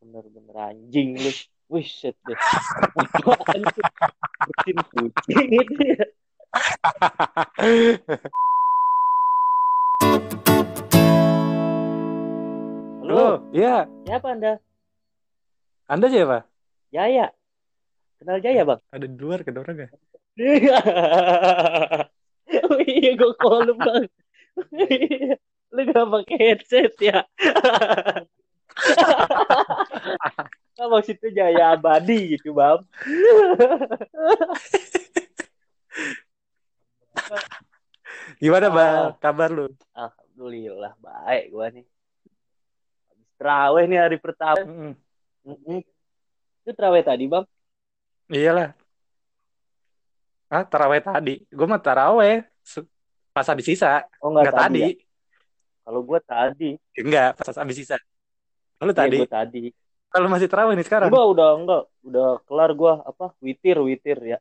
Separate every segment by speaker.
Speaker 1: bener-bener anjing lu wih shit deh Apaan tuh? bersin kucing itu ya halo
Speaker 2: Halo, iya.
Speaker 1: siapa anda
Speaker 2: Anda ya, siapa?
Speaker 1: Jaya kenal Jaya bang
Speaker 2: Ada di luar kan orang ya?
Speaker 1: iya gue call lu, bang lu gak pakai headset ya Nah, maksudnya Jaya Abadi gitu bang
Speaker 2: Gimana,
Speaker 1: Ah.
Speaker 2: Bang? Kabar lu?
Speaker 1: Alhamdulillah baik gua nih. Habis terawih nih hari pertama.
Speaker 2: Mm-mm.
Speaker 1: Mm-mm. Itu terawih tadi, Bang.
Speaker 2: Iyalah. Ah, taraweh tadi. Gue mah taraweh. Se- Pas habis ya? sisa.
Speaker 1: Oh
Speaker 2: Enggak
Speaker 1: enggak tadi.
Speaker 2: tadi.
Speaker 1: ya? Kalau gua tadi,
Speaker 2: Enggak, pas habis sisa. Lalu
Speaker 1: Iya,
Speaker 2: tadi.
Speaker 1: gua tadi.
Speaker 2: Kalau masih taraweh nih sekarang.
Speaker 1: Gua udah enggak, udah kelar gua apa? Witir, witir ya.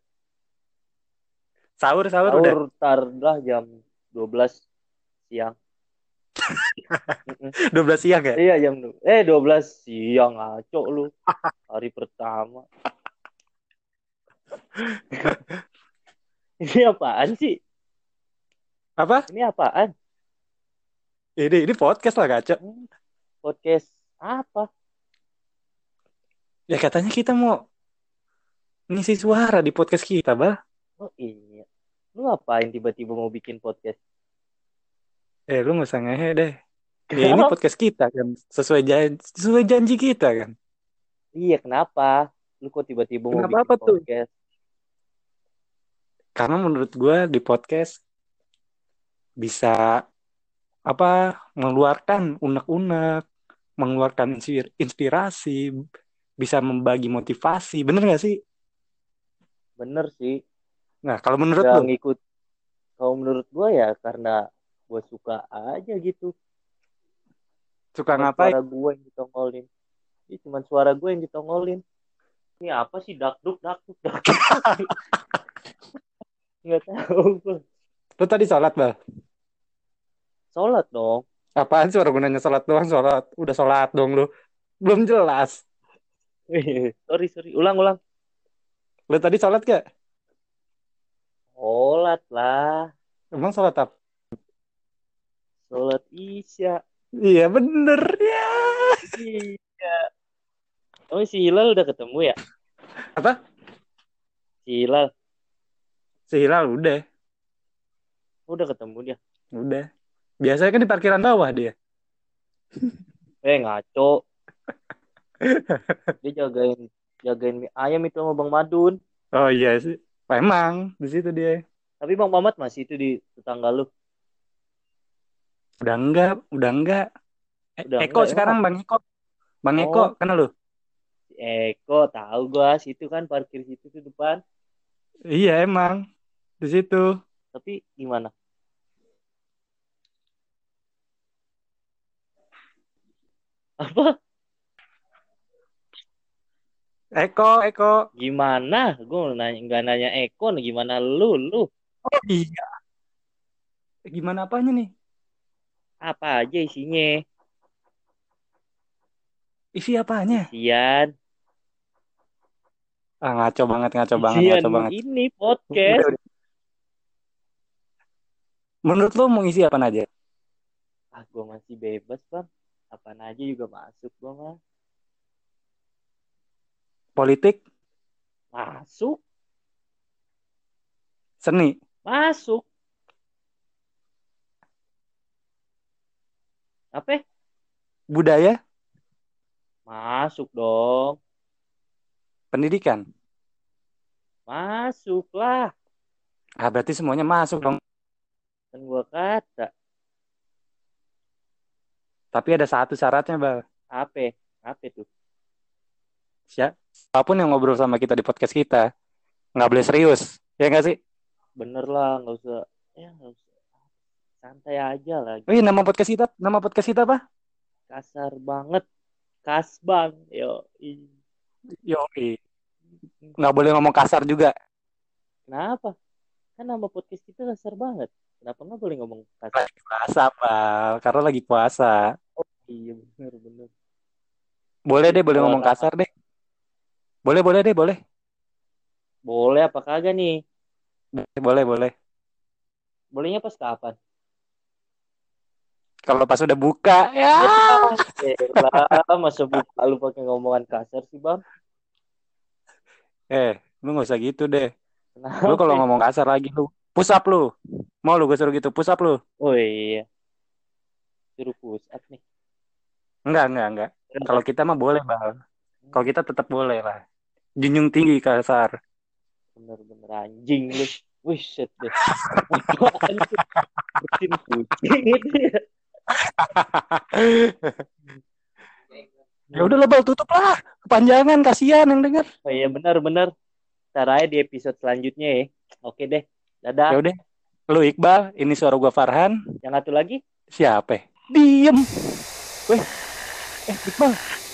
Speaker 2: Sahur, sahur udah.
Speaker 1: Sahur tar lah jam 12 siang. Mm-mm.
Speaker 2: 12 siang ya?
Speaker 1: Iya jam du- eh 12 siang ngaco lu. Hari pertama. Ini apaan sih?
Speaker 2: Apa?
Speaker 1: Ini apaan?
Speaker 2: Ini ini podcast lah, Gaco.
Speaker 1: Hmm, podcast apa?
Speaker 2: Ya katanya kita mau ngisi suara di podcast kita, Bang.
Speaker 1: Oh iya. Lu ngapain tiba-tiba mau bikin podcast?
Speaker 2: Eh, lu nggak usah ngehe deh. Ya ini
Speaker 1: Kenapa?
Speaker 2: podcast kita kan. Sesuai janji, sesuai janji kita kan.
Speaker 1: Iya, kenapa? Lu kok tiba-tiba mau
Speaker 2: Kenapa
Speaker 1: bikin
Speaker 2: apa tuh?
Speaker 1: podcast?
Speaker 2: karena menurut gue di podcast bisa apa mengeluarkan unek-unek, mengeluarkan insir- inspirasi, bisa membagi motivasi, bener gak sih?
Speaker 1: Bener sih.
Speaker 2: Nah kalau menurut
Speaker 1: Gak
Speaker 2: lu,
Speaker 1: ngikut. Kalau menurut gua ya karena gua suka aja gitu.
Speaker 2: suka
Speaker 1: Cuman
Speaker 2: ngapain?
Speaker 1: Suara gua yang ditongolin. Ini cuman suara gua yang ditongolin. Ini apa sih dakduk dakduk dakduk? Nggak tahu gua.
Speaker 2: Lu tadi sholat bal?
Speaker 1: Sholat dong.
Speaker 2: Apaan sih orang gunanya sholat doang sholat? Udah sholat dong lu, belum jelas.
Speaker 1: sorry sorry. Ulang ulang.
Speaker 2: Lu tadi sholat gak?
Speaker 1: Sholat lah.
Speaker 2: Emang sholat apa?
Speaker 1: Sholat isya.
Speaker 2: Iya bener ya.
Speaker 1: Iya. Oh, si Hilal udah ketemu ya?
Speaker 2: Apa?
Speaker 1: Si Hilal
Speaker 2: Si Hilal udah,
Speaker 1: udah ketemu dia.
Speaker 2: udah. Biasanya kan di parkiran bawah dia.
Speaker 1: Eh, ngaco. Dia jagain jagain mie ayam itu sama Bang Madun.
Speaker 2: Oh iya sih. Emang di situ dia.
Speaker 1: Tapi Bang Mamat masih itu di tetangga lu.
Speaker 2: Udah enggak, udah enggak. E-
Speaker 1: Udah
Speaker 2: Eko
Speaker 1: enggak,
Speaker 2: sekarang Bang Eko. Bang
Speaker 1: Oh.
Speaker 2: Eko, kenal lu?
Speaker 1: Si Eko, tahu gua situ kan parkir situ tuh depan.
Speaker 2: Iya emang. Di situ.
Speaker 1: Tapi gimana? Apa?
Speaker 2: Eko, Eko.
Speaker 1: Gimana? Gua nanya nggak nanya Eko, nah gimana lu lu?
Speaker 2: Oh iya. Gimana apanya nih?
Speaker 1: Apa aja isinya?
Speaker 2: Isi apanya?
Speaker 1: Sian.
Speaker 2: Ah, ngaco banget, ngaco banget,
Speaker 1: Isian
Speaker 2: ngaco banget.
Speaker 1: ini podcast.
Speaker 2: Udah, udah. Menurut lu mau ngisi apa aja?
Speaker 1: ah gue masih bebas bang apaan aja juga masuk gue mah
Speaker 2: Politik,
Speaker 1: masuk
Speaker 2: seni,
Speaker 1: masuk apa
Speaker 2: budaya,
Speaker 1: masuk dong
Speaker 2: pendidikan.
Speaker 1: masuklah
Speaker 2: Ah, berarti semuanya masuk dong.
Speaker 1: kan gue kata
Speaker 2: Tapi ada satu syaratnya, Bang.
Speaker 1: apa apa tuh
Speaker 2: Siap. Apapun Ya, yang ngobrol sama kita di podcast kita, nggak boleh serius. Ya nggak sih?
Speaker 1: bener lah nggak usah ya nggak usah santai aja lagi
Speaker 2: Wih, nama podcast kita, nama podcast kita apa?
Speaker 1: kasar banget kasbang yo i.
Speaker 2: Yoi. Nggak boleh ngomong kasar juga.
Speaker 1: kenapa kan nama podcast kita kasar banget kenapa nggak boleh ngomong kasar
Speaker 2: Lagi puasa, Bal. Karena lagi puasa.
Speaker 1: iya bener bener
Speaker 2: Boleh deh, boleh ngomong kasar deh. Boleh, boleh deh, boleh.
Speaker 1: Boleh apa kagak nih?
Speaker 2: Boleh, boleh.
Speaker 1: Bolehnya pas kapan?
Speaker 2: Kalau pas udah buka, ya.
Speaker 1: Lah, masa buka lu pakai ngomongan kasar sih, Bang?
Speaker 2: Eh, lu nggak usah gitu deh.
Speaker 1: Kenapa?
Speaker 2: Lu kalau ngomong kasar lagi lu, push up lu. Mau lu gue suruh gitu, push up lu.
Speaker 1: Oh iya. Suruh push up nih.
Speaker 2: Enggak, enggak, enggak. Kalau kita mah boleh, Bang. Kalau kita tetap boleh lah. Junjung tinggi kasar.
Speaker 1: bener-bener anjing lu. Wih, shit deh. Apaan sih? Bersin kucing gitu ya.
Speaker 2: ya udah lah, Bal, tutup lah. Kepanjangan, kasihan yang denger.
Speaker 1: Oh iya benar-benar. Caranya di episode selanjutnya ya. Oke deh.
Speaker 2: Ya
Speaker 1: Dadah.
Speaker 2: udah. Lu Iqbal, ini suara gua Farhan.
Speaker 1: Yang satu lagi
Speaker 2: Siapa? ya? Diem. Weh, eh Iqbal,